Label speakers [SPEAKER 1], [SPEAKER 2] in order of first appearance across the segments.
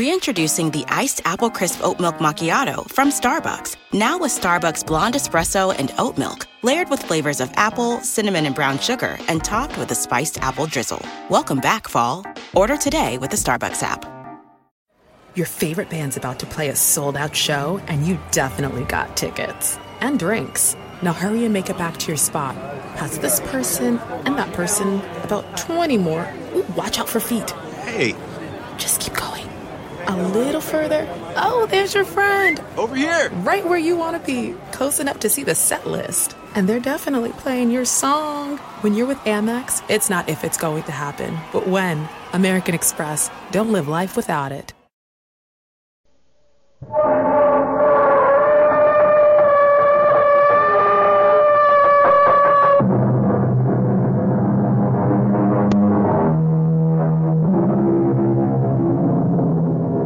[SPEAKER 1] Reintroducing the iced apple crisp oat milk macchiato from Starbucks. Now with Starbucks blonde espresso and oat milk, layered with flavors of apple, cinnamon, and brown sugar, and topped with a spiced apple drizzle. Welcome back, fall. Order today with the Starbucks app.
[SPEAKER 2] Your favorite band's about to play a sold out show, and you definitely got tickets and drinks. Now hurry and make it back to your spot. Pass this person and that person, about 20 more. Ooh, watch out for feet.
[SPEAKER 3] Hey,
[SPEAKER 2] Just keep going. A little further. Oh, there's your friend.
[SPEAKER 3] over here.
[SPEAKER 2] Right where you want to be, close enough to see the set list. And they're definitely playing your song. When you're with Amex, it's not if it's going to happen, but when. American Express. Don't live life without it.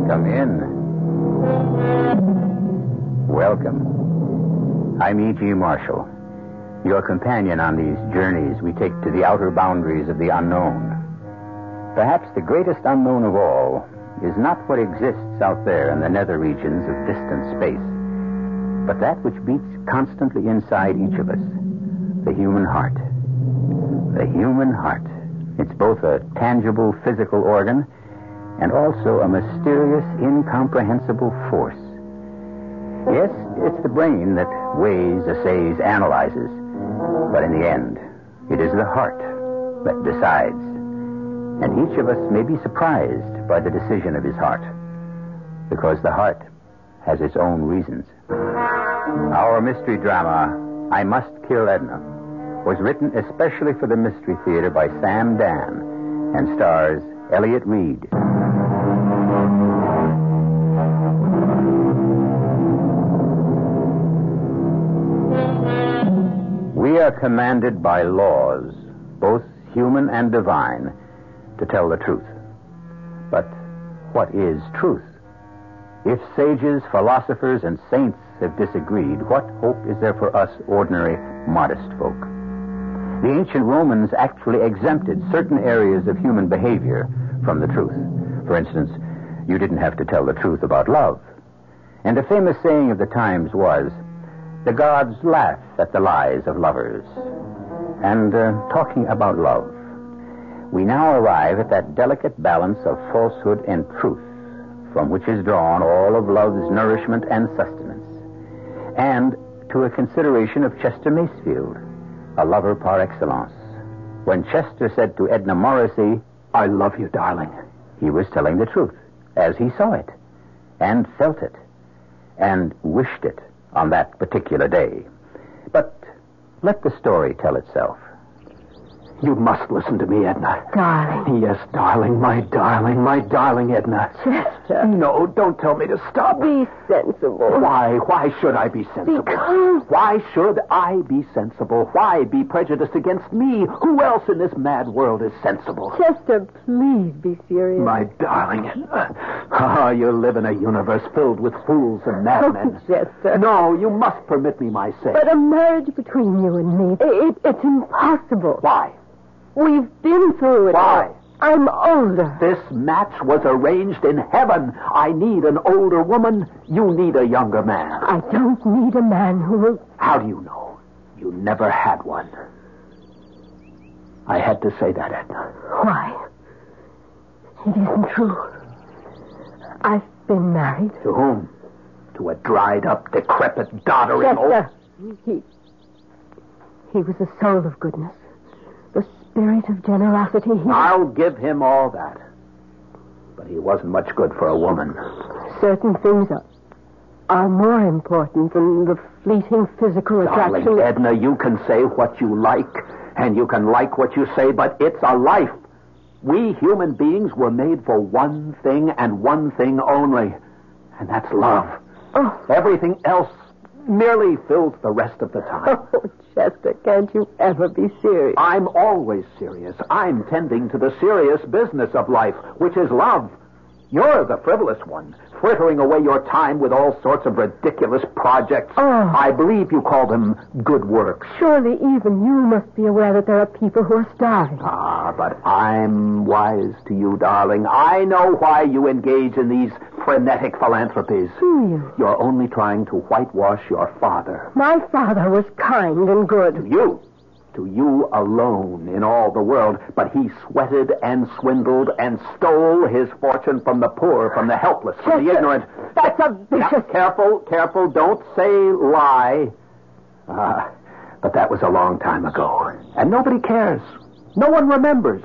[SPEAKER 4] Come in. Welcome. I'm E.G. Marshall, your companion on these journeys we take to the outer boundaries of the unknown. Perhaps the greatest unknown of all is not what exists out there in the nether regions of distant space, but that which beats constantly inside each of us the human heart. The human heart. It's both a tangible physical organ and also a mysterious, incomprehensible force. Yes, it's the brain that weighs, assays, analyzes, but in the end, it is the heart that decides. And each of us may be surprised by the decision of his heart, because the heart has its own reasons. Our mystery drama, I Must Kill Edna, was written especially for the Mystery Theater by Sam Dan and stars Elliot Reed. We are commanded by laws, both human and divine, to tell the truth. But what is truth? If sages, philosophers, and saints have disagreed, what hope is there for us ordinary, modest folk? The ancient Romans actually exempted certain areas of human behavior from the truth. For instance, you didn't have to tell the truth about love. And a famous saying of the times was, the gods laugh at the lies of lovers. And uh, talking about love, we now arrive at that delicate balance of falsehood and truth from which is drawn all of love's nourishment and sustenance, and to a consideration of Chester Masefield, a lover par excellence. When Chester said to Edna Morrissey, I love you, darling, he was telling the truth as he saw it and felt it and wished it on that particular day. But let the story tell itself.
[SPEAKER 5] You must listen to me, Edna.
[SPEAKER 6] Darling.
[SPEAKER 5] Yes, darling, my darling, my darling, Edna.
[SPEAKER 6] Chester.
[SPEAKER 5] No, don't tell me to stop.
[SPEAKER 6] Be sensible.
[SPEAKER 5] Why? Why should I be sensible?
[SPEAKER 6] Because-
[SPEAKER 5] Why should I be sensible? Why be prejudiced against me? Who else in this mad world is sensible?
[SPEAKER 6] Chester, please be serious.
[SPEAKER 5] My darling Edna. Ah, you live in a universe filled with fools and madmen.
[SPEAKER 6] Chester.
[SPEAKER 5] No, you must permit me my say.
[SPEAKER 6] But a marriage between you and me, it, it's impossible.
[SPEAKER 5] Why?
[SPEAKER 6] We've been through it.
[SPEAKER 5] Why?
[SPEAKER 6] all. I'm older.
[SPEAKER 5] This match was arranged in heaven. I need an older woman. You need a younger man.
[SPEAKER 6] I don't need a man who will.
[SPEAKER 5] How do you know? You never had one. I had to say that, Edna.
[SPEAKER 6] Why? It isn't true. I've been married.
[SPEAKER 5] To whom? To a dried up, decrepit, doddering old.
[SPEAKER 6] Chester. He. He was the soul of goodness, the spirit of generosity. He
[SPEAKER 5] I'll give him all that. But he wasn't much good for a woman.
[SPEAKER 6] certain things are, are more important than the fleeting physical attraction.
[SPEAKER 5] Darling Edna, you can say what you like, and you can like what you say, but it's a life. We human beings were made for one thing and one thing only, and that's love.
[SPEAKER 6] Oh.
[SPEAKER 5] Everything else merely fills the rest of the time.
[SPEAKER 6] Oh, Chester, can't you ever be serious?
[SPEAKER 5] I'm always serious. I'm tending to the serious business of life, which is love.
[SPEAKER 4] You're the frivolous one, frittering away your time with all sorts of ridiculous projects.
[SPEAKER 6] Oh.
[SPEAKER 4] I believe you call them good works.
[SPEAKER 6] Surely even you must be aware that there are people who are starving.
[SPEAKER 4] Ah, but I'm wise to you, darling. I know why you engage in these frenetic philanthropies.
[SPEAKER 6] Do you?
[SPEAKER 4] You're only trying to whitewash your father.
[SPEAKER 6] My father was kind and good.
[SPEAKER 4] You. To you alone in all the world, but he sweated and swindled and stole his fortune from the poor, from the helpless, from the
[SPEAKER 6] Chester,
[SPEAKER 4] ignorant.
[SPEAKER 6] that's a
[SPEAKER 4] Now,
[SPEAKER 6] vicious-
[SPEAKER 4] careful, careful, don't say lie. Ah, but that was a long time ago, and nobody cares. No one remembers.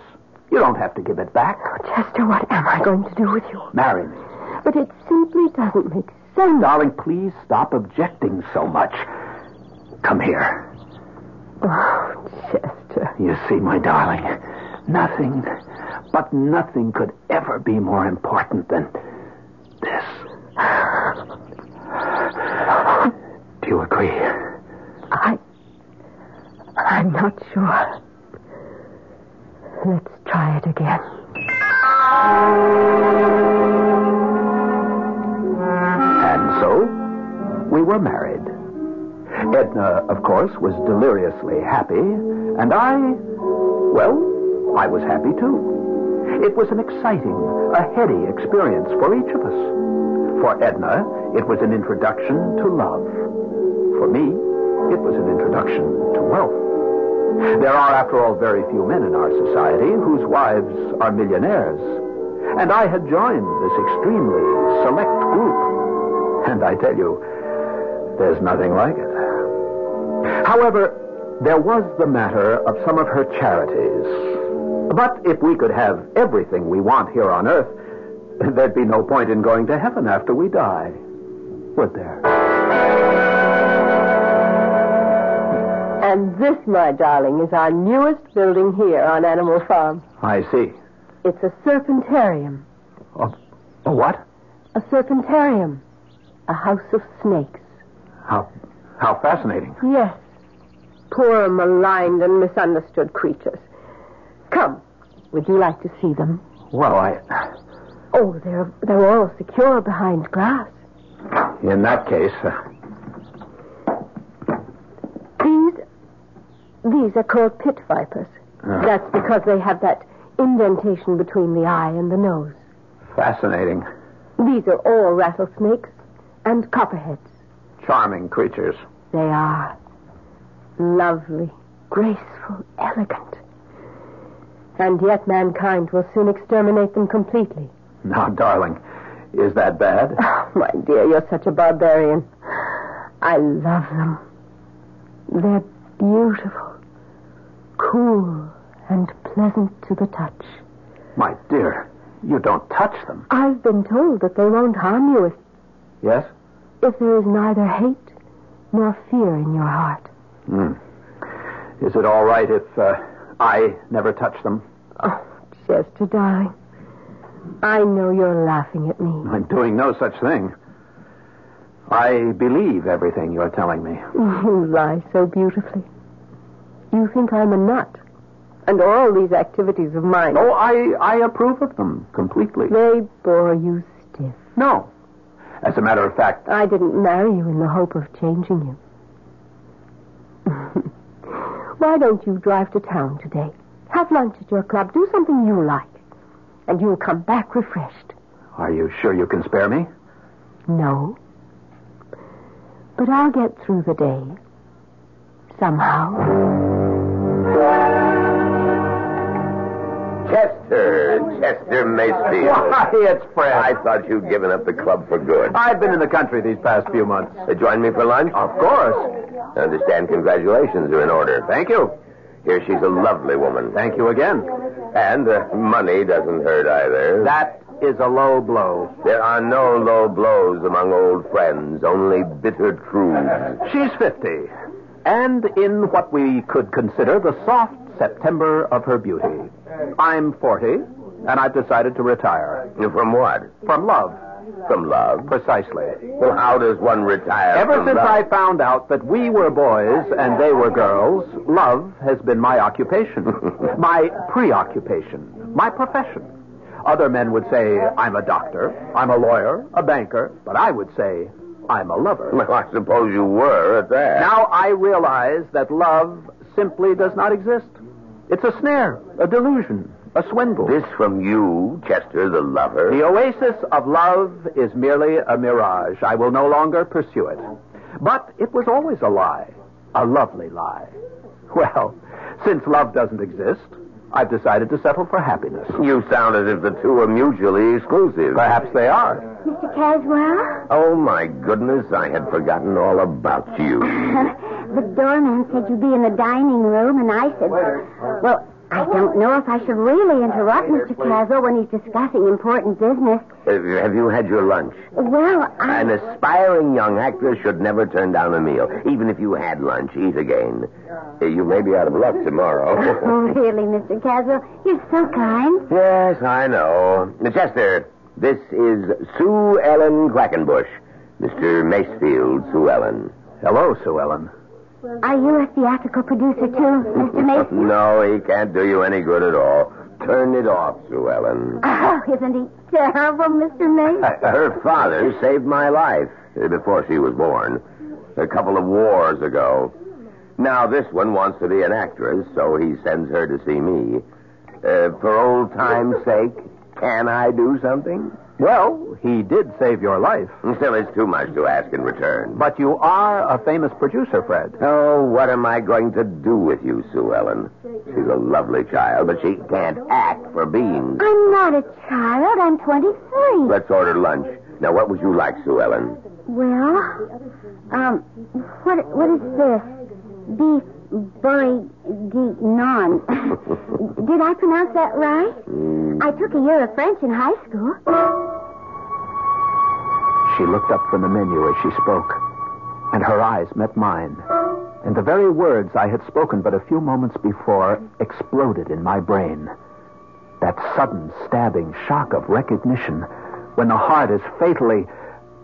[SPEAKER 4] You don't have to give it back.
[SPEAKER 6] Chester, what am I going to do with you?
[SPEAKER 4] Marry me.
[SPEAKER 6] But it simply doesn't make sense.
[SPEAKER 4] Darling, please stop objecting so much. Come here.
[SPEAKER 6] Oh, Chester.
[SPEAKER 4] You see, my darling, nothing, but nothing could ever be more important than this. Do you agree?
[SPEAKER 6] I. I'm not sure. Let's try it again.
[SPEAKER 4] And so, we were married. Edna, of course, was deliriously happy, and I, well, I was happy too. It was an exciting, a heady experience for each of us. For Edna, it was an introduction to love. For me, it was an introduction to wealth. There are, after all, very few men in our society whose wives are millionaires. And I had joined this extremely select group. And I tell you, there's nothing like it. However, there was the matter of some of her charities. But if we could have everything we want here on earth, there'd be no point in going to heaven after we die, would there?
[SPEAKER 6] And this, my darling, is our newest building here on Animal Farm.
[SPEAKER 4] I see.
[SPEAKER 6] It's a serpentarium.
[SPEAKER 4] A, a oh, what?
[SPEAKER 6] A serpentarium. A house of snakes.
[SPEAKER 4] How, how fascinating.
[SPEAKER 6] Yes. Poor, maligned, and misunderstood creatures. Come. Would you like to see them?
[SPEAKER 4] Well, I.
[SPEAKER 6] Oh, they're, they're all secure behind glass.
[SPEAKER 4] In that case, uh,
[SPEAKER 6] These, these are called pit vipers. That's because they have that indentation between the eye and the nose.
[SPEAKER 4] fascinating,
[SPEAKER 6] These are all rattlesnakes and copperheads.
[SPEAKER 4] charming creatures.
[SPEAKER 6] They are lovely, graceful, elegant. And yet mankind will soon exterminate them completely.
[SPEAKER 4] Now, darling, is that bad?
[SPEAKER 6] Oh, my dear, you're such a barbarian. I love them. They're beautiful, cool, and pleasant to the touch.
[SPEAKER 4] My dear, you don't touch them.
[SPEAKER 6] I've been told that they won't harm you if,
[SPEAKER 4] Yes?
[SPEAKER 6] if there is neither hate nor fear in your heart.
[SPEAKER 4] Is it all right if uh, I never touch them?
[SPEAKER 6] Oh, Chester, darling. I know you're laughing at me.
[SPEAKER 4] I'm doing no such thing. I believe everything you're telling me.
[SPEAKER 6] You lie so beautifully. You think I'm a nut. And all these activities of mine,
[SPEAKER 4] Oh, I, I approve of them completely.
[SPEAKER 6] they bore you stiff.
[SPEAKER 4] No. As a matter of fact,
[SPEAKER 6] I didn't marry you in the hope of changing you. Why don't you drive to town today? Have lunch at your club. Do something you like. And you'll come back refreshed.
[SPEAKER 4] are you sure you can spare me?
[SPEAKER 6] No. But I'll get through the day. Somehow.
[SPEAKER 7] Chester, Chester Macefield.
[SPEAKER 4] Why, it's Fred.
[SPEAKER 7] I thought you'd given up the club for good.
[SPEAKER 4] I've been in the country these past few months.
[SPEAKER 7] Uh, join me for lunch?
[SPEAKER 4] Of course.
[SPEAKER 7] I understand congratulations are in order.
[SPEAKER 4] Thank you.
[SPEAKER 7] Here, she's a lovely woman.
[SPEAKER 4] Thank you again.
[SPEAKER 7] And uh, money doesn't hurt either.
[SPEAKER 4] That is a low blow.
[SPEAKER 7] There are no low blows among old friends, only bitter truths.
[SPEAKER 4] She's 50, and in what we could consider the soft September of her beauty. I'm 40, and I've decided to retire.
[SPEAKER 7] From what?
[SPEAKER 4] From love,
[SPEAKER 7] From love.
[SPEAKER 4] precisely.
[SPEAKER 7] Well, how does one retire
[SPEAKER 4] Ever
[SPEAKER 7] from
[SPEAKER 4] since
[SPEAKER 7] love?
[SPEAKER 4] I found out that we were boys and they were girls, love has been my occupation, my preoccupation, my profession. Other men would say, I'm a doctor, I'm a lawyer, a banker, but I would say, I'm a lover.
[SPEAKER 8] Well, I suppose you were at that.
[SPEAKER 4] Now I realize that love simply does not exist. It's a snare, a delusion, a swindle.
[SPEAKER 8] This from you, Chester the lover.
[SPEAKER 4] The oasis of love is merely a mirage. I will no longer pursue it. But it was always a lie, a lovely lie. Well, since love doesn't exist, I've decided to settle for happiness.
[SPEAKER 8] You sound as if the two are mutually exclusive.
[SPEAKER 4] Perhaps they are.
[SPEAKER 6] Mr. Caswell?
[SPEAKER 8] Oh, my goodness, I had forgotten all about you.
[SPEAKER 6] the doorman said you'd be in the dining room, and I said, well, I don't know if I should really interrupt Mr. Caswell when he's discussing important business.
[SPEAKER 8] Have you- have you had your lunch?
[SPEAKER 6] Well, I...
[SPEAKER 8] An aspiring young actor should never turn down a meal, even if you had lunch. Eat again. Uh, You may be out of luck
[SPEAKER 6] Oh,
[SPEAKER 8] tomorrow.
[SPEAKER 6] really, Mr. Caswell? You're so kind.
[SPEAKER 8] yes, I know. Chester, this is Sue Ellen Quackenbush. Mr. Macefield, Sue Ellen.
[SPEAKER 4] Hello, Sue Ellen.
[SPEAKER 6] Are you a theatrical producer, too, Mr. Mason?
[SPEAKER 8] no, he can't do you any good at all. Turn it off, Sue Ellen.
[SPEAKER 6] Oh, isn't he terrible, Mr. Mason?
[SPEAKER 8] Her father saved my life uh, before she was born, a couple of wars ago. Now this one wants to be an actress, so he sends her to see me. Uh, for old time's sake, can I do something?
[SPEAKER 4] Well, he did save your life.
[SPEAKER 8] Still, it's too much to ask in return.
[SPEAKER 4] But you are a famous producer, Fred.
[SPEAKER 8] Oh, what am I going to do with you, Sue Ellen? She's a lovely child, but she can't act for beans.
[SPEAKER 6] I'm not a child. I'm 23.
[SPEAKER 8] Let's order lunch. Now, what would you like, Sue Ellen?
[SPEAKER 6] Well, um, what what is this? Beef Burry Geek Non. Did I pronounce that right? I took a year of French in high school.
[SPEAKER 4] She looked up from the menu as she spoke, and her eyes met mine. And the very words I had spoken but a few moments before exploded in my brain. That sudden stabbing shock of recognition when the heart is fatally,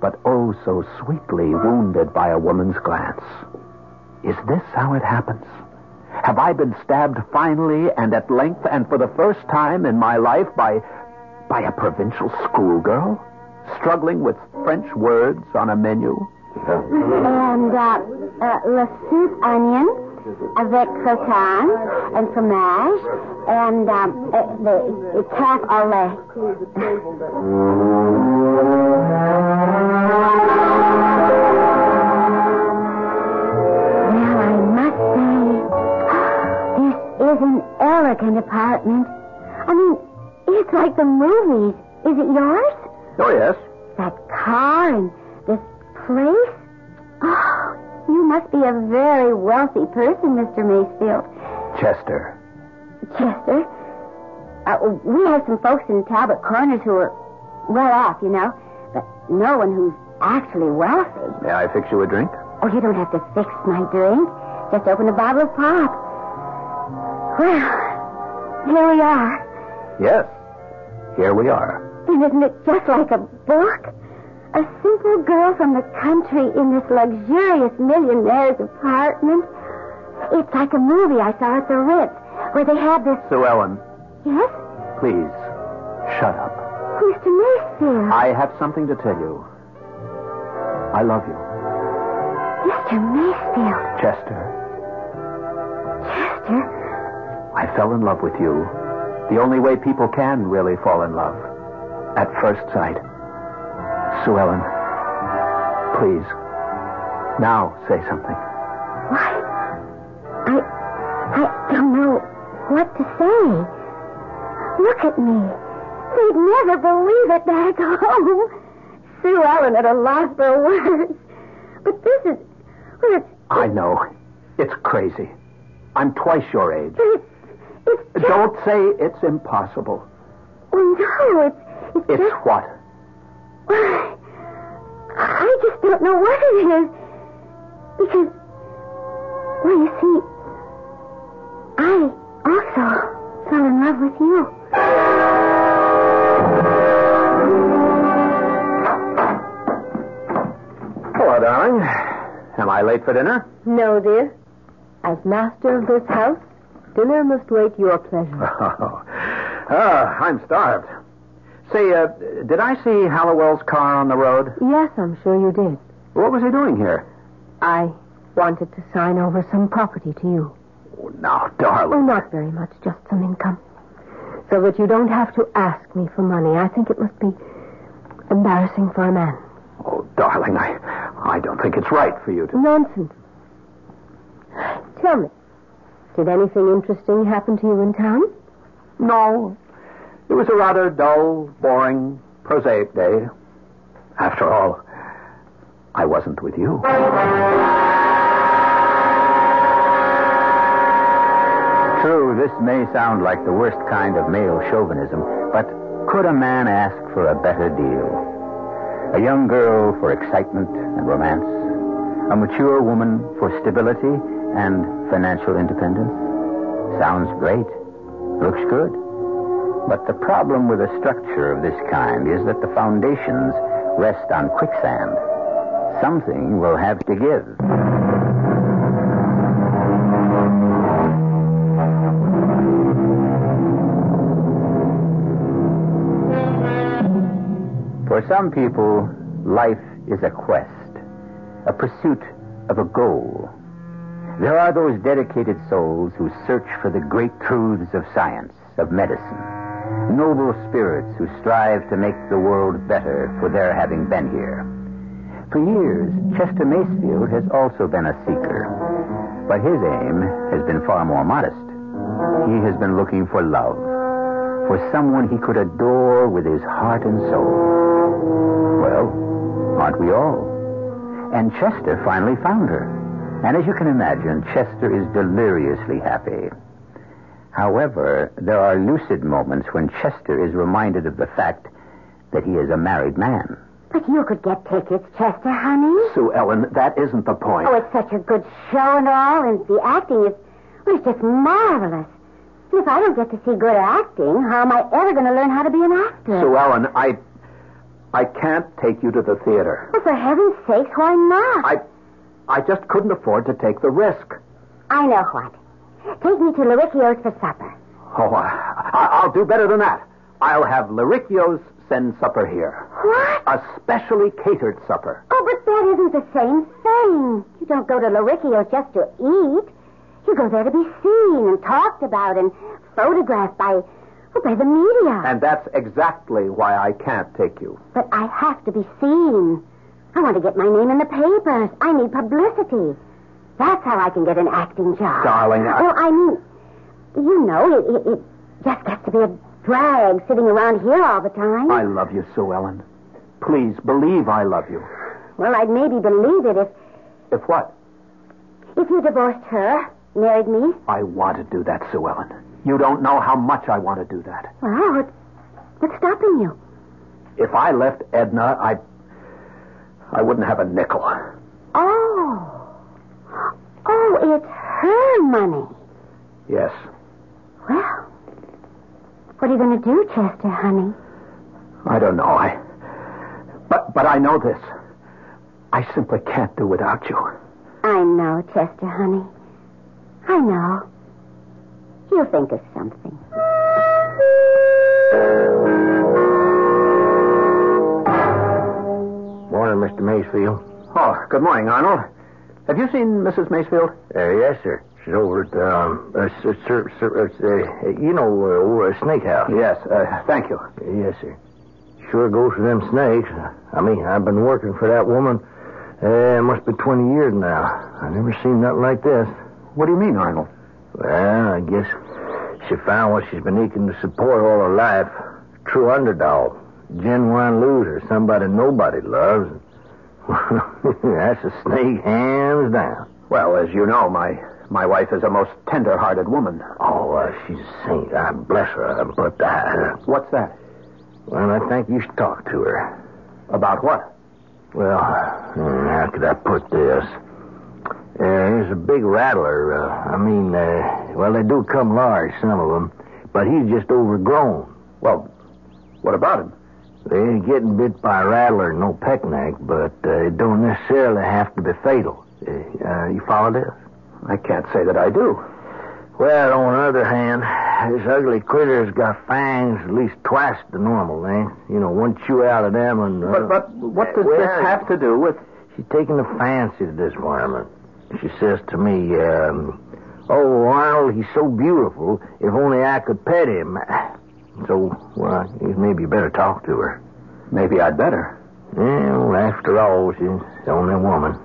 [SPEAKER 4] but oh so sweetly wounded by a woman's glance. Is this how it happens? Have I been stabbed finally and at length and for the first time in my life by by a provincial schoolgirl struggling with French words on a menu?
[SPEAKER 6] And uh, uh, la soup onion avec croton and fromage and um, uh, the uh, calf au lait. Well, I must say, this is an elegant apartment. I mean, it's like the movies. Is it yours?
[SPEAKER 4] Oh, yes.
[SPEAKER 6] That car and this place? Oh, you must be a very wealthy person, Mr. Macefield.
[SPEAKER 4] Chester.
[SPEAKER 6] Chester, uh, we have some folks in Talbot Corners who are well off, you know, but no one who's actually wealthy.
[SPEAKER 4] May I fix you a drink?
[SPEAKER 6] Oh, you don't have to fix my drink. Just open a bottle of pop. Well, here we are.
[SPEAKER 4] Yes. Here we are.
[SPEAKER 6] And isn't it just like a book? A simple girl from the country in this luxurious millionaire's apartment. It's like a movie I saw at the Ritz, where they had this.
[SPEAKER 4] Sue Ellen,
[SPEAKER 6] Yes?
[SPEAKER 4] please, shut up.
[SPEAKER 6] Mr. Macefield.
[SPEAKER 4] I have something to tell you. I love you.
[SPEAKER 6] Mr. Macefield.
[SPEAKER 4] Chester,
[SPEAKER 6] Chester.
[SPEAKER 4] I fell in love with you. The only way people can really fall in love. At first sight. Sue Ellen, please, now say something.
[SPEAKER 6] Why? I. I don't know what to say. Look at me. They'd never believe it back home. Sue Ellen at a loss for words. But this is. Well, it's.
[SPEAKER 4] I know. It's crazy. I'm twice your age.
[SPEAKER 6] It's. It's. Just,
[SPEAKER 4] Don't say it's impossible.
[SPEAKER 6] oh, no, it's. It's,
[SPEAKER 4] It's
[SPEAKER 6] just.
[SPEAKER 4] what?
[SPEAKER 6] Why? I just don't know what it is. Because. Well, you see, I also fell in love with you.
[SPEAKER 4] Hello, darling. Am I late for dinner?
[SPEAKER 9] No, dear. As master of this house, dinner must wait your pleasure.
[SPEAKER 4] Oh, ah, I'm starved. Say, uh, did I see Hallowell's car on the road?
[SPEAKER 10] Yes, I'm sure you did.
[SPEAKER 4] What was he doing here?
[SPEAKER 10] I wanted to sign over some property to you.
[SPEAKER 4] Oh, now,
[SPEAKER 10] Well,
[SPEAKER 4] darling.
[SPEAKER 10] not very much, just some income. So that you don't have to ask me for money. I think it must be embarrassing for a man.
[SPEAKER 4] Oh, darling, I, I don't think it's right for you to.
[SPEAKER 10] Nonsense. Tell me, did anything interesting happen to you in town?
[SPEAKER 4] No. It was a rather dull, boring, prosaic day. After all, I wasn't with you. True, this may sound like the worst kind of male chauvinism, but could a man ask for a better deal? A young girl for excitement and romance, a mature woman for stability and financial independence. Sounds great. Looks good. But the problem with a structure of this kind is that the foundations rest on quicksand. Something will have to give. For some people, life is a quest, a pursuit of a goal. There are those dedicated souls who search for the great truths of science, of medicine, noble spirits who strive to make the world better for their having been here. For years, Chester Macefield has also been a seeker, but his aim has been far more modest. He has been looking for love, for someone he could adore with his heart and soul. Well, aren't we all? And Chester finally found her. And as you can imagine, Chester is deliriously happy. However, there are lucid moments when Chester is reminded of the fact that he is a married man.
[SPEAKER 6] But you could get tickets, Chester, honey.
[SPEAKER 11] Sue Ellen, that isn't the point.
[SPEAKER 6] Oh, it's such a good show and all, and the acting is, well, it's just marvelous. If I don't get to see good acting, how am I ever going to learn how to be an actor?
[SPEAKER 11] Sue Ellen, I, I can't take you to the theater.
[SPEAKER 6] Well, Oh, for heaven's sakes, why not?
[SPEAKER 11] I, I just couldn't afford to take the risk.
[SPEAKER 6] I know what. Take me to Luicchio's for supper.
[SPEAKER 11] Oh, I, I- I'll do better than that. I'll have Larichio's send supper here.
[SPEAKER 6] What?
[SPEAKER 11] A specially catered supper.
[SPEAKER 6] Oh, but that isn't the same thing. You don't go to Larichio's just to eat. You go there to be seen and talked about and photographed by, well, by the media.
[SPEAKER 11] And that's exactly why I can't take you.
[SPEAKER 6] But I have to be seen. I want to get my name in the papers. I need publicity. That's how I can get an acting job.
[SPEAKER 11] Darling, I-
[SPEAKER 6] Well, I mean, you know, it, it, it just gets to be a drag sitting around here all the time.
[SPEAKER 11] I love you, Sue Ellen. Please believe I love you.
[SPEAKER 6] Well, I'd maybe believe it if,
[SPEAKER 11] If what?
[SPEAKER 6] if you divorced her, married me.
[SPEAKER 11] I want to do that, Sue Ellen. You don't know how much I want to do that.
[SPEAKER 6] Well, what, what's stopping you?
[SPEAKER 11] If I left Edna, I I wouldn't have a nickel.
[SPEAKER 6] Oh. Oh, it's her money.
[SPEAKER 11] Yes.
[SPEAKER 6] Well, what are you going to do, Chester, honey?
[SPEAKER 11] I don't know. I But but I know this. I simply can't do without you.
[SPEAKER 6] I know, Chester, honey. I know. He'll think of something.
[SPEAKER 12] Morning, Mr. Macefield.
[SPEAKER 11] Oh, good morning, Arnold. Have you seen Mrs. Macefield?
[SPEAKER 12] Uh, yes, sir. She's over at, um, uh, sir, sir, sir, uh, uh, you know, uh, over at Snake House.
[SPEAKER 11] Yes, uh, thank you.
[SPEAKER 12] Yes, sir. Sure goes for them snakes. I mean, I've been working for that woman, uh, it must be 20 years now. i never seen nothing like this.
[SPEAKER 11] What do you mean, Arnold?
[SPEAKER 12] Well, I guess she found what she's been eking to support all her life. True underdog. Genuine loser. Somebody nobody loves. That's a snake, hands down.
[SPEAKER 11] Well, as you know, my my wife is a most tender-hearted woman.
[SPEAKER 12] Oh, uh, she's a saint. I bless her. But I,
[SPEAKER 11] What's that?
[SPEAKER 12] well, I think you should talk to her.
[SPEAKER 11] About what?
[SPEAKER 12] Well, hmm, how could I put this? Uh, there's a big rattler. Uh, I mean, uh, well, they do come large, some of them, but he's just overgrown.
[SPEAKER 11] Well, what about him?
[SPEAKER 12] They ain't getting bit by a rattler, no peckneck, but uh, it don't necessarily have to be fatal. Uh, uh, you follow this?
[SPEAKER 11] I can't say that I do.
[SPEAKER 13] Well, on the other hand, this ugly critter's got fangs at least twice the normal length. You know, one chew out of them and.
[SPEAKER 4] But, but what does
[SPEAKER 13] Well,
[SPEAKER 4] this have to do with.
[SPEAKER 13] She's taking a fancy to this varmint. She says to me, um, Oh, Arnold, he's so beautiful. If only I could pet him. So, well, maybe you better talk to her.
[SPEAKER 4] Maybe I'd better.
[SPEAKER 13] Well, after all, she's only a woman.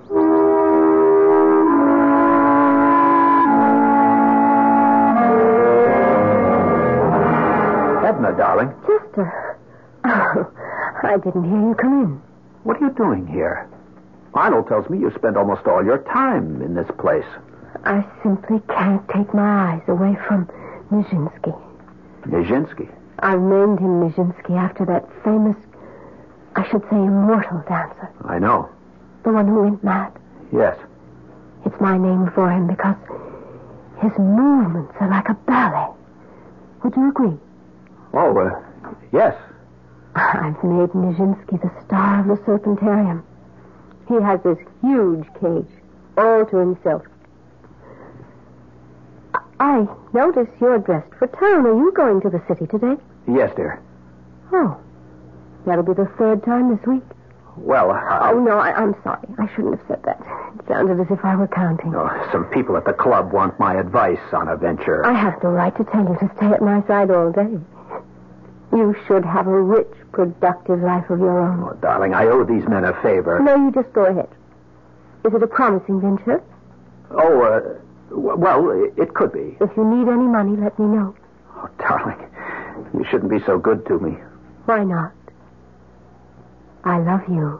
[SPEAKER 4] Edna, darling,
[SPEAKER 14] Chester. Oh, I didn't hear you come in.
[SPEAKER 4] what are you doing here? Arnold tells me you spend almost all your time in this place.
[SPEAKER 14] I simply can't take my eyes away from Nijinsky.
[SPEAKER 4] Nijinsky.
[SPEAKER 14] I named him Nijinsky after that famous, I should say immortal dancer,
[SPEAKER 4] I know.
[SPEAKER 14] the one who went mad.
[SPEAKER 4] Yes.
[SPEAKER 14] It's my name for him because his movements are like a ballet. Would you agree?
[SPEAKER 4] Oh, uh, yes.
[SPEAKER 14] I've made Nijinsky the star of the Serpentarium. He has this huge cage all to himself. I- I notice you're dressed for town. Are you going to the city today?
[SPEAKER 4] Yes, dear.
[SPEAKER 14] Oh, that'll be the third time this week.
[SPEAKER 4] Well, I,
[SPEAKER 14] Oh, no, I, I'm sorry. I shouldn't have said that. It sounded as if I were counting.
[SPEAKER 4] Oh, some people at the club want my advice on a venture.
[SPEAKER 14] I have the right to tell you to stay at my side all day. You should have a rich, productive life of your own.
[SPEAKER 4] Oh, darling, I owe these men a favor.
[SPEAKER 14] No, you just go ahead. Is it a promising venture?
[SPEAKER 4] Oh, uh, w- well, i- it could be.
[SPEAKER 14] If you need any money, let me know.
[SPEAKER 4] Oh, darling, you shouldn't be so good to me.
[SPEAKER 14] Why not? I love you.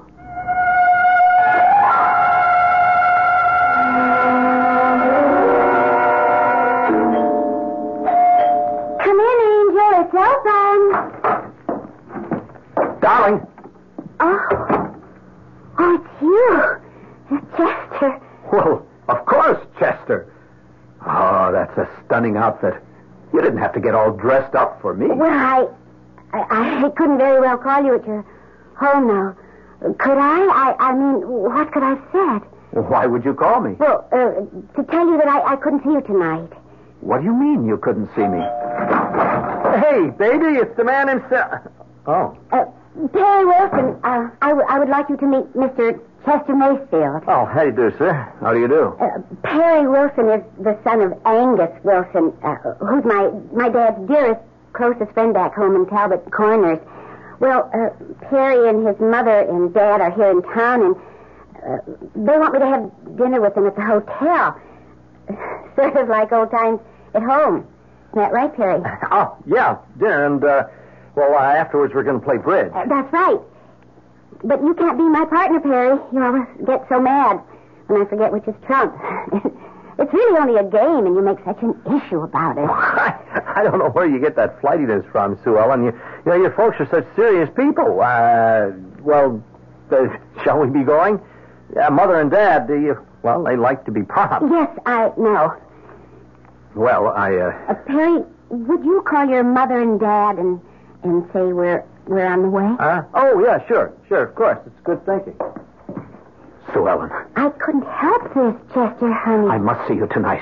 [SPEAKER 6] Come in, Angel. It's open.
[SPEAKER 4] Darling!
[SPEAKER 6] Oh. Oh, it's you. Chester.
[SPEAKER 4] Well, of course, Chester. Oh, that's a stunning outfit. You didn't have to get all dressed up for me.
[SPEAKER 6] Well, I, I, I couldn't very well call you at your home now. Could I? I, I mean, what could I have said?
[SPEAKER 4] Why would you call me?
[SPEAKER 6] Well, uh, to tell you that I, I couldn't see you tonight.
[SPEAKER 4] What do you mean you couldn't see me? Hey, baby, it's the man himself. Oh.
[SPEAKER 6] Uh, Perry Wilson, uh, I, w- I would like you to meet Mr. Chester Macefield.
[SPEAKER 4] Oh, how do you do, sir? How do you do?
[SPEAKER 6] Uh, Perry Wilson is the son of Angus Wilson, uh, who's my, my dad's dearest, closest friend back home in Talbot Corners. Well, uh, Perry and his mother and dad are here in town, and uh, they want me to have dinner with them at the hotel. Sort of like old times at home. Isn't that right, Perry?
[SPEAKER 4] Oh, yeah, dinner, and, uh, well, uh, afterwards we're going to play bridge.
[SPEAKER 6] Uh, that's right. But you can't be my partner, Perry. You always get so mad when I forget which is trump. it's really only a game, and you make such an issue about it.
[SPEAKER 4] I, I don't know where you get that flightiness from, Sue Ellen. You, you know, your folks are such serious people. Uh, well, uh, shall we be going? Uh, Mother and Dad, do you, well, they like to be propped.
[SPEAKER 6] Yes, I know.
[SPEAKER 4] Well, I, uh,
[SPEAKER 6] Uh, Perry, would you call your mother and dad and and say we're we're on the way?
[SPEAKER 4] huh? Oh, yeah, sure, sure, of course. It's good thinking. Sue Ellen,
[SPEAKER 6] I couldn't help this, Chester, honey.
[SPEAKER 4] I must see you tonight.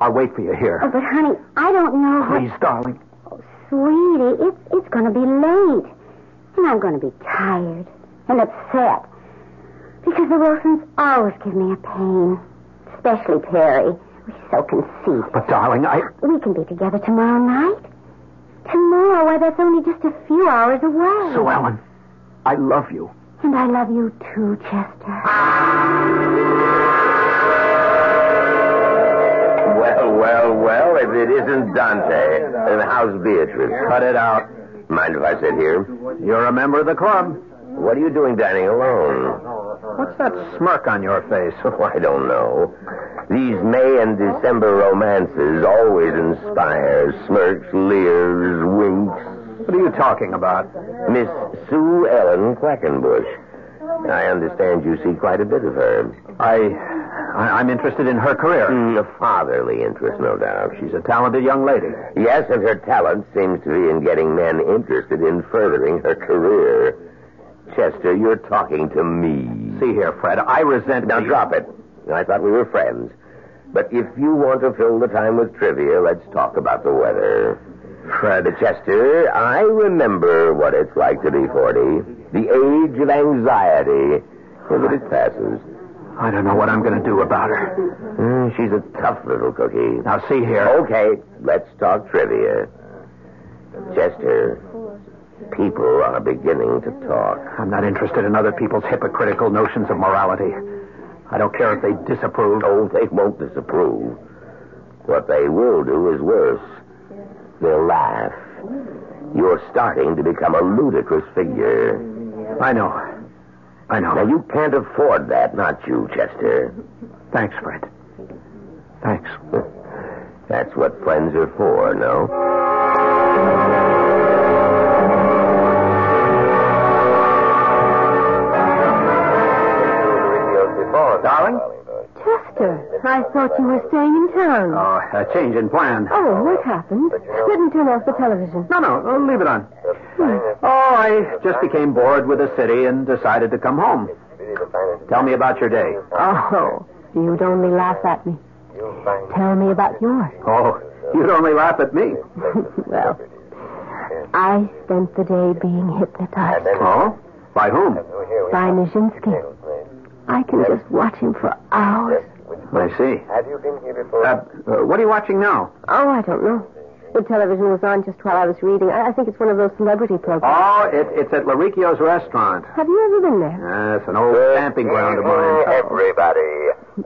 [SPEAKER 4] I'll wait for you
[SPEAKER 6] Oh,
[SPEAKER 4] here.
[SPEAKER 6] but honey, I don't know. what-
[SPEAKER 4] Oh, Please, darling.
[SPEAKER 6] Sweetie, it's, it's going to be late. And I'm going to be tired and upset. Because the Wilsons always give me a pain. Especially Perry. He's so conceited.
[SPEAKER 4] But, darling, I.
[SPEAKER 6] We can be together tomorrow night. Tomorrow, why, that's only just a few hours away.
[SPEAKER 4] Sue Ellen, I love you.
[SPEAKER 6] And I love you too, Chester.
[SPEAKER 15] Well, well, well, if it isn't Dante, then how's Beatrice? Cut it out. Mind if I sit here?
[SPEAKER 4] You're a member of the club.
[SPEAKER 15] What are you doing dining alone?
[SPEAKER 4] What's that smirk on your face?
[SPEAKER 15] I don't know. These May and December romances always inspire smirks, leers, winks.
[SPEAKER 4] What are you talking about?
[SPEAKER 15] Miss Sue Ellen Quackenbush. I understand you see quite a bit of her.
[SPEAKER 4] I, I I'm interested in her career.
[SPEAKER 15] Mm, A fatherly interest, no doubt. She's
[SPEAKER 4] She's a talented young lady.
[SPEAKER 15] Yes, and her talent seems to be in getting men interested in furthering her career. Chester, you're talking to me.
[SPEAKER 4] See here, Fred, I resent.
[SPEAKER 15] Now drop it. I thought we were friends.
[SPEAKER 7] But if you want to fill the time with trivia, let's talk about the weather. Fred Chester, I remember what it's like to be 40. The age of anxiety. But it passes.
[SPEAKER 4] I don't know what I'm going to do about her.
[SPEAKER 7] Mm, she's a tough little cookie.
[SPEAKER 4] Now, see here.
[SPEAKER 7] Okay, let's talk trivia. Chester, people are beginning to talk.
[SPEAKER 4] I'm not interested in other people's hypocritical notions of morality. I don't care if they disapprove.
[SPEAKER 7] Oh, they won't disapprove. What they will do is worse. They'll laugh. You're starting to become a ludicrous figure.
[SPEAKER 4] I know. I know.
[SPEAKER 7] Now, you can't afford that, not you, Chester.
[SPEAKER 4] Thanks, Fred. Thanks.
[SPEAKER 7] That's what friends are for, no?
[SPEAKER 4] Darling?
[SPEAKER 6] Chester, I thought you were staying in town.
[SPEAKER 4] Oh, a change in plan.
[SPEAKER 6] Oh, what happened? Didn't turn off the television.
[SPEAKER 4] No, no, uh, leave it on. Oh, I just became bored with the city and decided to come home. Tell me about your day.
[SPEAKER 6] Oh, you'd only laugh at me. Tell me about yours.
[SPEAKER 4] Oh, you'd only laugh at me.
[SPEAKER 6] well, I spent the day being hypnotized
[SPEAKER 4] Oh? By whom?
[SPEAKER 6] by Nijinsky. I can just watch him for hours.
[SPEAKER 4] I see.
[SPEAKER 7] Have you been here
[SPEAKER 4] Uh,
[SPEAKER 7] before?
[SPEAKER 4] uh, what are you watching now?
[SPEAKER 6] Oh, I don't know. The television was on just while I was reading. I, I think it's one of those celebrity programs.
[SPEAKER 4] Oh, it, it's at Laricchio's restaurant.
[SPEAKER 6] Have you ever been there?
[SPEAKER 4] That's an old stamping ground of mine.
[SPEAKER 7] Evening, everybody.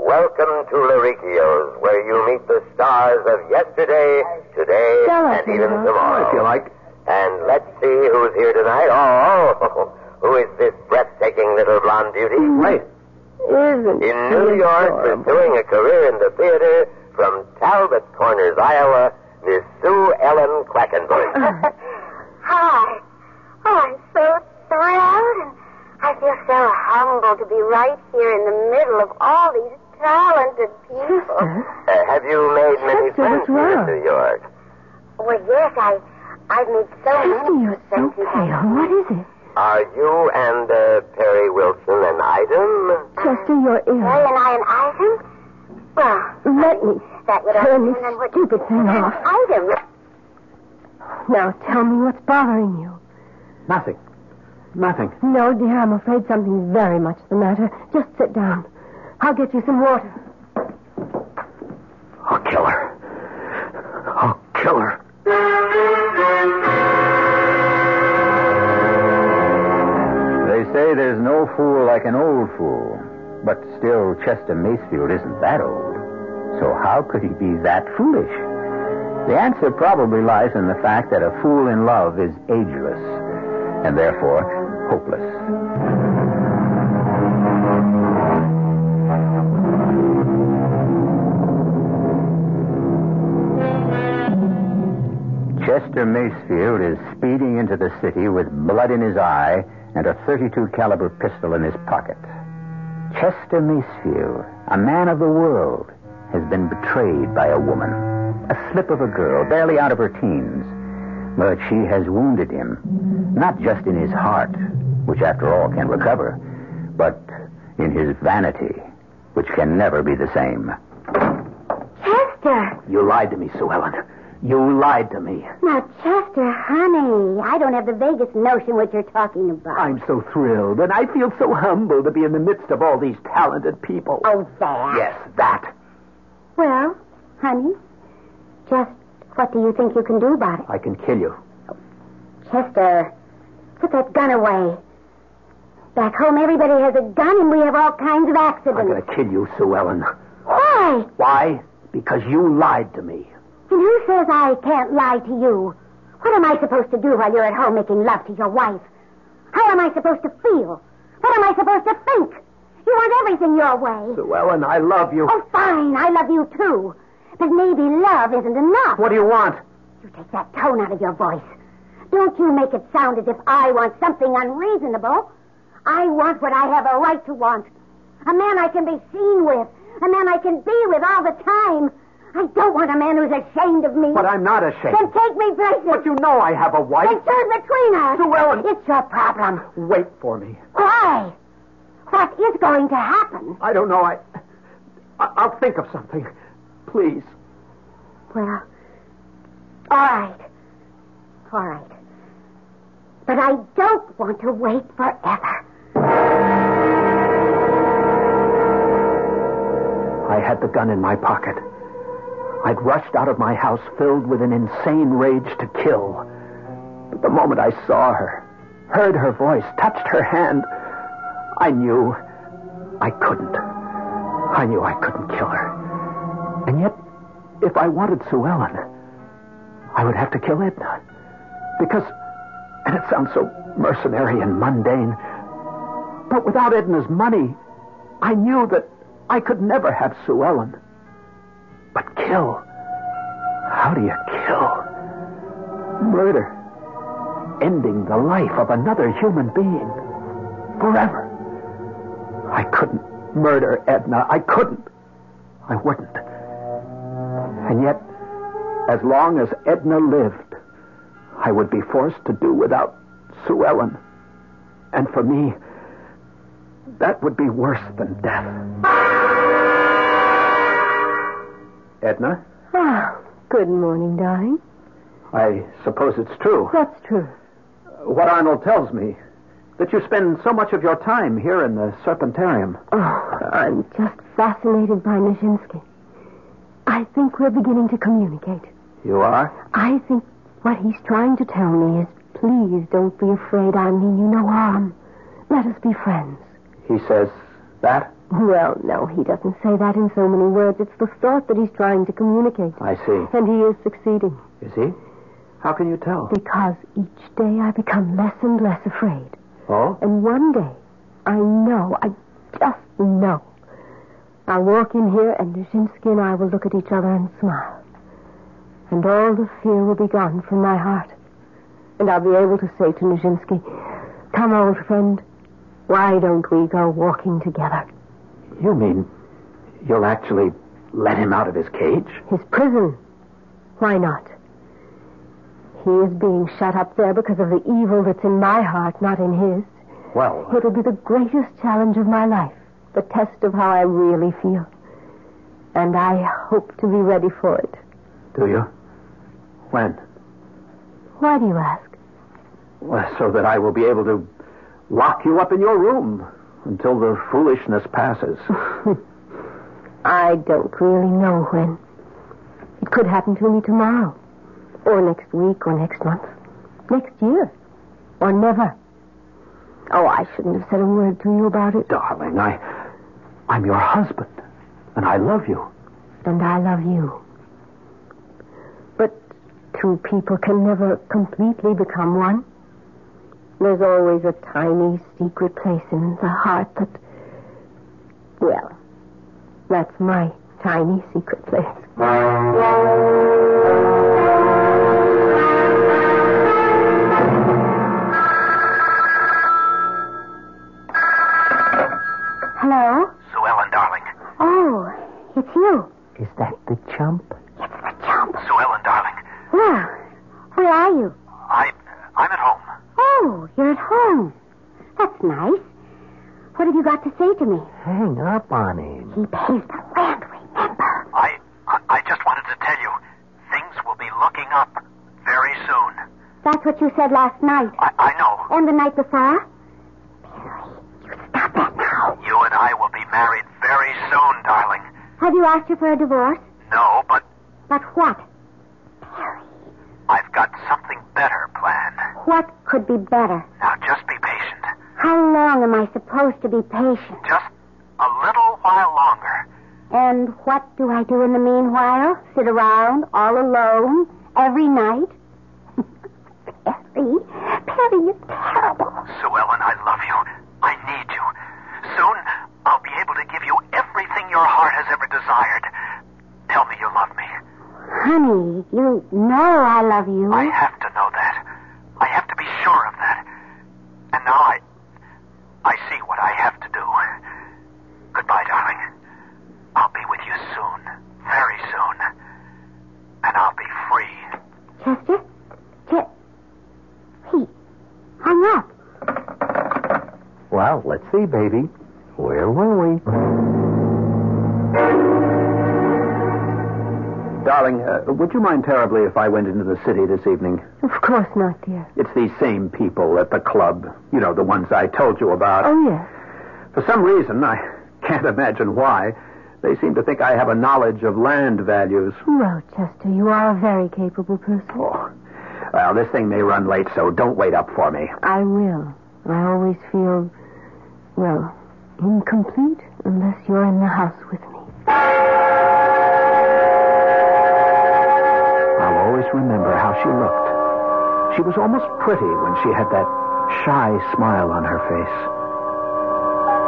[SPEAKER 7] Welcome to Laricchio's, where you meet the stars of yesterday, today,
[SPEAKER 6] Shall I
[SPEAKER 7] and
[SPEAKER 6] say
[SPEAKER 7] even
[SPEAKER 6] that?
[SPEAKER 7] tomorrow.
[SPEAKER 4] Oh, If you like.
[SPEAKER 7] And let's see who's here tonight. Oh, who is this breathtaking little blonde beauty?
[SPEAKER 4] Mm-hmm. Right.
[SPEAKER 6] Isn't
[SPEAKER 7] In New York, pursuing a career in the theater from Talbot Corners, Iowa, Miss Sue Ellen Uh, Quackenbush.
[SPEAKER 16] Hi. Oh, I'm so thrilled, and I feel so humble to be right here in the middle of all these talented people.
[SPEAKER 7] Uh, have you made many
[SPEAKER 6] Chester, what's
[SPEAKER 7] friends here in
[SPEAKER 6] wrong?
[SPEAKER 7] New York?
[SPEAKER 16] well, yes, I, I've made so
[SPEAKER 6] Christy,
[SPEAKER 16] many
[SPEAKER 6] you're so
[SPEAKER 16] acquaintances.
[SPEAKER 6] pale. What is it?
[SPEAKER 7] Are you and uh, Perry Wilson an item?
[SPEAKER 6] Chester, you're
[SPEAKER 16] Mary
[SPEAKER 6] ill.
[SPEAKER 16] and I an item? Well,
[SPEAKER 6] Let me
[SPEAKER 16] that would
[SPEAKER 6] turn
[SPEAKER 16] understand
[SPEAKER 6] this
[SPEAKER 16] on what
[SPEAKER 6] stupid thing
[SPEAKER 16] an
[SPEAKER 6] off.
[SPEAKER 16] item.
[SPEAKER 6] Now tell me what's bothering you.
[SPEAKER 4] Nothing. Nothing.
[SPEAKER 6] No, dear, I'm afraid something's very much the matter. Just sit down. I'll get you some water.
[SPEAKER 4] I'll kill her. I'll kill her.
[SPEAKER 17] They say there's no fool like an old fool, but still Chester Macefield isn't that old. So how could he be that foolish? The answer probably lies in the fact that a fool in love is ageless and therefore hopeless. Chester Macefield is speeding into the city with blood in his eye and a 32 caliber pistol in his pocket. Chester Macefield, a man of the world, has been betrayed by a woman, a slip of a girl, barely out of her teens. But she has wounded him, not just in his heart, which after all can recover, but in his vanity, which can never be the same.
[SPEAKER 16] Chester.
[SPEAKER 4] You lied to me, Sue Ellen. You lied to me.
[SPEAKER 16] Now, Chester, honey, I don't have the vaguest notion what you're talking about.
[SPEAKER 4] I'm so thrilled, and I feel so humble to be in the midst of all these talented people.
[SPEAKER 16] Oh, there.
[SPEAKER 4] Yes, that.
[SPEAKER 16] Well, honey, just what do you think you can do about it?
[SPEAKER 4] I can kill you.
[SPEAKER 16] Chester, put that gun away. Back home, everybody has a gun, and we have all kinds of
[SPEAKER 4] I'm going
[SPEAKER 16] accidents.
[SPEAKER 4] to kill you, Sue Ellen.
[SPEAKER 16] Why?
[SPEAKER 4] Why? Because you lied to me.
[SPEAKER 16] And who says I can't lie to you? What am I supposed to do while you're at home making love to your wife? How am I supposed to feel? What am I supposed to think? You want everything your way.
[SPEAKER 4] Sue Ellen, I love you.
[SPEAKER 16] Oh, fine, I love you too. But maybe love isn't enough.
[SPEAKER 4] What do you want?
[SPEAKER 16] You take that tone out of your voice. Don't you make it sound as if I want something unreasonable. I want what I have a right to want. A man I can be seen with. A man I can be with all the time. I don't want a man who's ashamed of me.
[SPEAKER 4] But I'm not ashamed.
[SPEAKER 16] Then take me places.
[SPEAKER 4] But you know I have a wife.
[SPEAKER 16] Then choose between us.
[SPEAKER 4] Sue Ellen.
[SPEAKER 16] It's your problem.
[SPEAKER 4] Wait for me.
[SPEAKER 16] Why? What is going to happen?
[SPEAKER 4] I don't know. I, I- I'll think of something. please.
[SPEAKER 16] Well, all right. All right. But I don't want to wait forever.
[SPEAKER 4] I had the gun in my pocket. I'd rushed out of my house filled with an insane rage to kill. But the moment I saw her, heard her voice, touched her hand, I knew I couldn't. I knew I couldn't kill her. And yet, if I wanted Sue Ellen, I would have to kill Edna. Because, and it sounds so mercenary and mundane, but without Edna's money, I knew that I could never have Sue Ellen. But kill? How do you kill? Murder. Ending the life of another human being. Forever. I couldn't murder Edna. I couldn't. I wouldn't. And yet, as long as Edna lived, I would be forced to do without Sue Ellen. And for me, that would be worse than death. Edna?
[SPEAKER 6] Ah, good morning, darling.
[SPEAKER 4] I suppose it's true.
[SPEAKER 6] That's true.
[SPEAKER 4] What Arnold tells me that you spend so much of your time here in the Serpentarium.
[SPEAKER 6] Oh, I'm just fascinated by Nijinsky. I think we're beginning to communicate.
[SPEAKER 4] You are?
[SPEAKER 6] I think what he's trying to tell me is please don't be afraid I mean you no harm. Let us be friends.
[SPEAKER 4] He says that?
[SPEAKER 6] Well, no, he doesn't say that in so many words. It's the thought that he's trying to communicate.
[SPEAKER 4] I see.
[SPEAKER 6] And he is succeeding.
[SPEAKER 4] Is he? How can you tell?
[SPEAKER 6] Because each day I become less and less afraid.
[SPEAKER 4] Oh?
[SPEAKER 6] And one day, I know, I just know, I'll walk in here and Nijinsky and I will look at each other and smile. And all the fear will be gone from my heart. And I'll be able to say to Nijinsky, come, old friend, why don't we go walking together?
[SPEAKER 4] You mean you'll actually let him out of his cage?
[SPEAKER 6] His prison. Why not? He is being shut up there because of the evil that's in my heart, not in his.
[SPEAKER 4] Well.
[SPEAKER 6] It'll be the greatest challenge of my life, the test of how I really feel. And I hope to be ready for it.
[SPEAKER 4] Do you? When?
[SPEAKER 6] Why do you ask?
[SPEAKER 4] Well, so that I will be able to lock you up in your room until the foolishness passes.
[SPEAKER 6] I don't really know when. It could happen to me tomorrow. Or next week, or next month. Next year. Or never. Oh, I shouldn't have said a word to you about it.
[SPEAKER 4] Darling, I. I'm your husband. And I love you.
[SPEAKER 6] And I love you. But two people can never completely become one. There's always a tiny secret place in the heart that. Well, that's my tiny secret place.
[SPEAKER 16] Hello?
[SPEAKER 4] Sue Ellen, darling.
[SPEAKER 16] Oh, it's you.
[SPEAKER 18] Is that the chump?
[SPEAKER 16] It's the chump.
[SPEAKER 4] Sue Ellen, darling.
[SPEAKER 16] Well, where are you?
[SPEAKER 4] I, I'm at home.
[SPEAKER 16] Oh, you're at home. That's nice. What have you got to say to me?
[SPEAKER 18] Hang up on him.
[SPEAKER 16] He pays the rent, remember?
[SPEAKER 4] I, I, I just wanted to tell you, things will be looking up very soon.
[SPEAKER 16] That's what you said last night.
[SPEAKER 4] I, I know.
[SPEAKER 16] And the night before? Barry, you stop that now.
[SPEAKER 4] You and I will be married very soon, darling.
[SPEAKER 16] Have you asked her for a divorce?
[SPEAKER 4] No, but
[SPEAKER 16] But what? Barry,
[SPEAKER 4] I've got something better planned.
[SPEAKER 16] what could be better?
[SPEAKER 4] Now just be patient.
[SPEAKER 16] How long am I supposed to be patient?
[SPEAKER 4] Just a little while longer.
[SPEAKER 16] And what do I do in the meanwhile? Sit around all alone every night? Perry, Perry, you're terrible.
[SPEAKER 4] Sue Ellen, I love you. I need you. Soon, I'll be able to give you everything your heart has ever desired. Tell me you love me.
[SPEAKER 16] Honey, you know I love you.
[SPEAKER 4] I have to know that. I have to be sure of that. And now I. I see what I have to do. Goodbye, darling. I'll be with you soon. Very soon. And I'll be free.
[SPEAKER 16] Chester? Che- he hung up.
[SPEAKER 18] Well, let's see, baby. Where were we?
[SPEAKER 4] darling, uh, would you mind terribly if I went into the city this evening?
[SPEAKER 6] Of course not, dear.
[SPEAKER 4] It's these same people at the club. You know, the ones I told you about.
[SPEAKER 6] Oh, yes.
[SPEAKER 4] For some reason, I can't imagine why, they seem to think I have a knowledge of land values.
[SPEAKER 6] Well, Chester, you are a very capable person.
[SPEAKER 4] Oh. Well, this thing may run late, so don't wait up for me.
[SPEAKER 6] I will. I always feel, well, incomplete unless you're in the house with me.
[SPEAKER 4] I'll always remember how she looked. She was almost pretty when she had that shy smile on her face.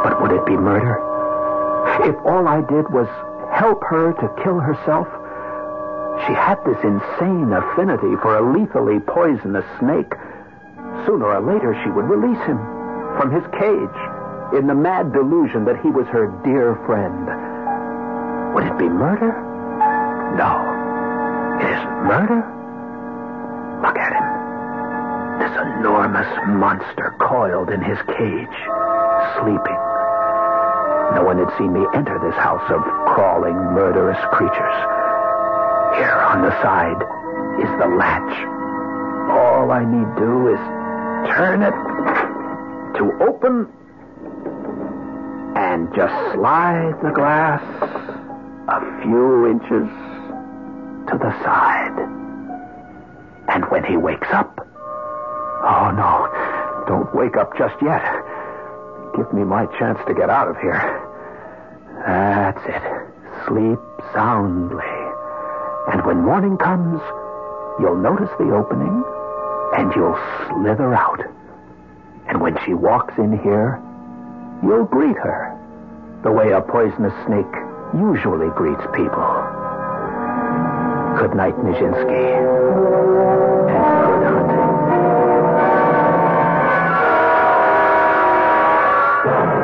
[SPEAKER 4] But would it be murder? If all I did was help her to kill herself, she had this insane affinity for a lethally poisonous snake. Sooner or later, she would release him from his cage in the mad delusion that he was her dear friend. Would it be murder? No. It isn't murder. Look at him. This enormous monster coiled in his cage, sleeping. No one had seen me enter this house of crawling, murderous creatures. Here on the side is the latch. All I need do is turn it to open and just slide the glass a few inches to the side. And when he wakes up, oh no, don't wake up just yet. Give me my chance to get out of here. That's it. Sleep soundly. And when morning comes, you'll notice the opening and you'll slither out. And when she walks in here, you'll greet her the way a poisonous snake usually greets people. Good night, Nijinsky. And good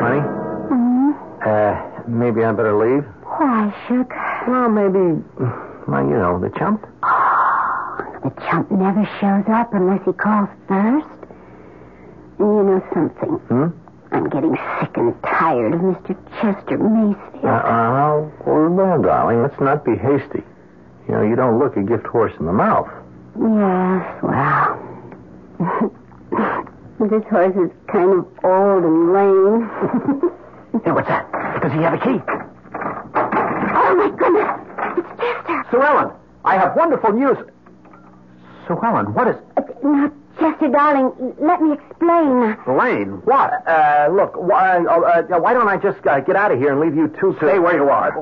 [SPEAKER 4] hunting.
[SPEAKER 18] Honey? Uh, maybe I better leave?
[SPEAKER 16] Why, Shook?
[SPEAKER 18] Well, maybe. Well, you know, the chump.
[SPEAKER 16] The chump never shows up unless he calls first. And you know something?
[SPEAKER 18] Hmm?
[SPEAKER 16] I'm getting sick and tired of Mr. Chester Macefield.
[SPEAKER 18] Uh-uh. Well, well, darling, let's not be hasty. You know, you don't look a gift horse in the mouth.
[SPEAKER 16] Yes, well. this horse is kind of old and lame.
[SPEAKER 4] Hey, what's that? Does he have a key?
[SPEAKER 16] oh, my goodness! It's Chester!
[SPEAKER 4] Sue Ellen, I have wonderful news. Sue Ellen, what is.
[SPEAKER 16] Now, Chester, darling, let me explain.
[SPEAKER 4] Blaine, what? Uh, look, why, uh, uh, why don't I just uh, get out of here and leave you two to... Stay where you are.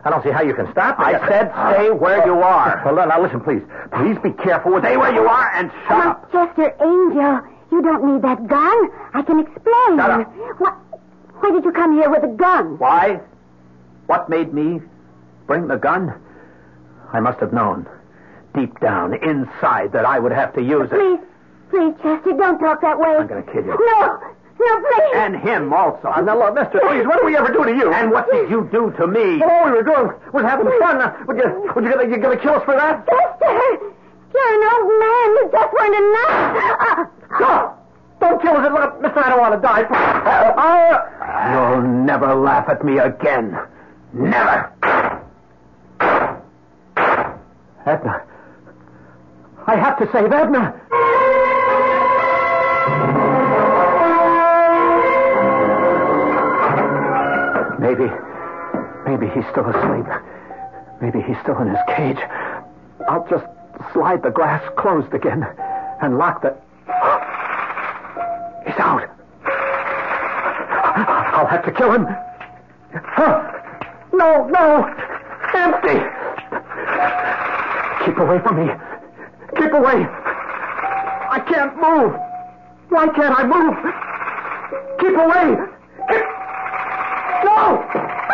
[SPEAKER 4] I don't see how you can stop me. I said stay where you are. Well, now, listen, please. Please be careful. With stay where you are and shut
[SPEAKER 16] My Chester Angel, you don't need that gun. I can explain.
[SPEAKER 4] Shut up.
[SPEAKER 16] Why, why did you come here with a gun?
[SPEAKER 4] Why? What made me bring the gun? I must have known deep down inside that I would have to use it.
[SPEAKER 16] Please, please, Chester, don't talk that way.
[SPEAKER 4] I'm gonna kill you.
[SPEAKER 16] No, no, please.
[SPEAKER 4] And him also. now, look, mister, please, what did we ever do to you? And what did you do to me? All we were doing was having fun. Now, Would you, would you, gonna- you gonna kill us for that?
[SPEAKER 16] Chester, you're an old man. You just weren't enough. Ah,
[SPEAKER 4] Go! Don't kill us. Look, mister, I don't want to die. You'll never laugh at me again. Never. Edna. I have to save Edna. Maybe. Maybe he's still asleep. Maybe he's still in his cage. I'll just slide the glass closed again and lock the. He's out. I'll have to kill him. Huh. No, no. Empty. Keep away from me. Keep away. I can't move. Why can't I move? Keep away. Keep... No. Ah!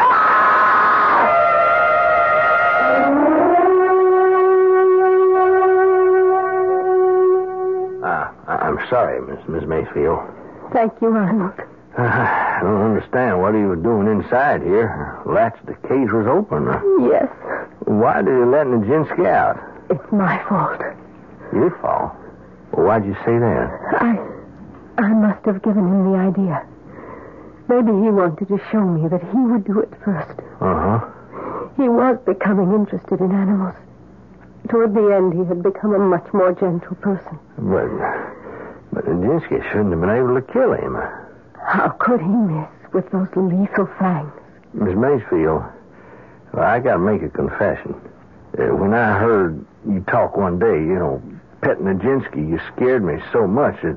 [SPEAKER 18] Ah, I- I'm sorry, Miss, Miss Mayfield.
[SPEAKER 6] Thank you, Arnold.
[SPEAKER 18] I don't understand what he was doing inside here. Latch, the cage was open.
[SPEAKER 6] Yes,
[SPEAKER 18] Why did he let Nijinsky out?
[SPEAKER 6] it's my fault.
[SPEAKER 18] Your fault. Well, why'd you say that?
[SPEAKER 6] I, I must have given him the idea. Maybe he wanted to show me that he would do it first.
[SPEAKER 18] Uh huh.
[SPEAKER 6] He was becoming interested in animals. Toward the end, he had become a much more gentle person.
[SPEAKER 19] But, but Nijinsky shouldn't have been able to kill him.
[SPEAKER 6] How could he miss with those lethal fangs?
[SPEAKER 19] Miss Maysfield, well, I got to make a confession. Uh, when I heard you talk one day, you know, Pet Nijinsky, you scared me so much that,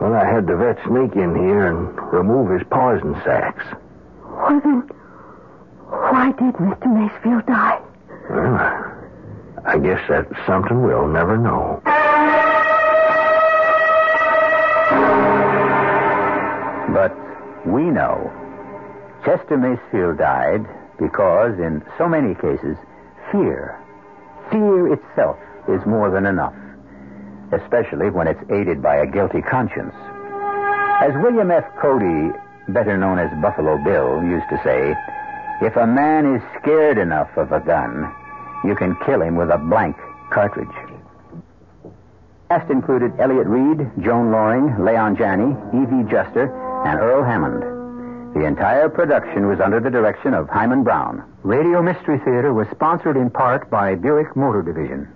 [SPEAKER 19] well, I had the vet sneak in here and remove his poison sacs.
[SPEAKER 6] Well, then, why did Mr. Macefield die?
[SPEAKER 19] Well, I guess that's something we'll never know.
[SPEAKER 4] But we know Chester Macefield died because, in so many cases, fear, fear itself is more than enough, especially when it's aided by a guilty conscience. As William F. Cody, better known as Buffalo Bill, used to say, if a man is scared enough of a gun, you can kill him with a blank cartridge. Cast included Elliot Reed, Joan Loring, Leon Janney, Evie Juster, and Earl Hammond. The entire production was under the direction of Hyman Brown. Radio Mystery Theater was sponsored in part by Buick Motor Division.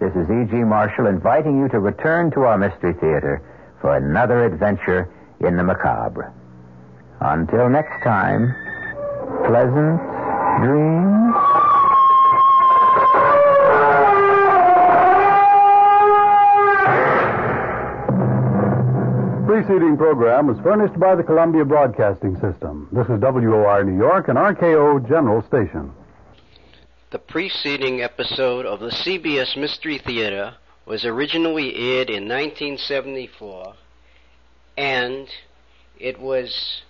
[SPEAKER 4] This is E.G. Marshall inviting you to return to our Mystery Theater for another adventure in the macabre. Until next time, pleasant dreams.
[SPEAKER 20] preceding program was furnished by the Columbia Broadcasting System. This is WOR New York and RKO General Station.
[SPEAKER 7] The preceding episode of the CBS Mystery Theater was originally aired in 1974 and it was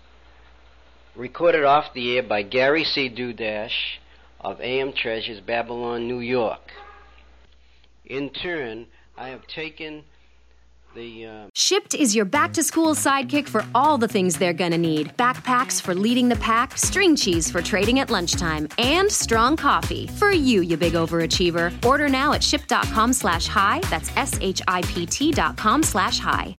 [SPEAKER 7] recorded off the air by Gary C. Dudash of AM Treasures, Babylon, New York. In turn, I have taken the. Uh,
[SPEAKER 16] Shipped is your back to school sidekick for all the things they're gonna need backpacks for leading the pack, string cheese for trading at lunchtime, and strong coffee. For you, you big overachiever. Order now at ship.com slash high. That's S H I P T dot com slash high.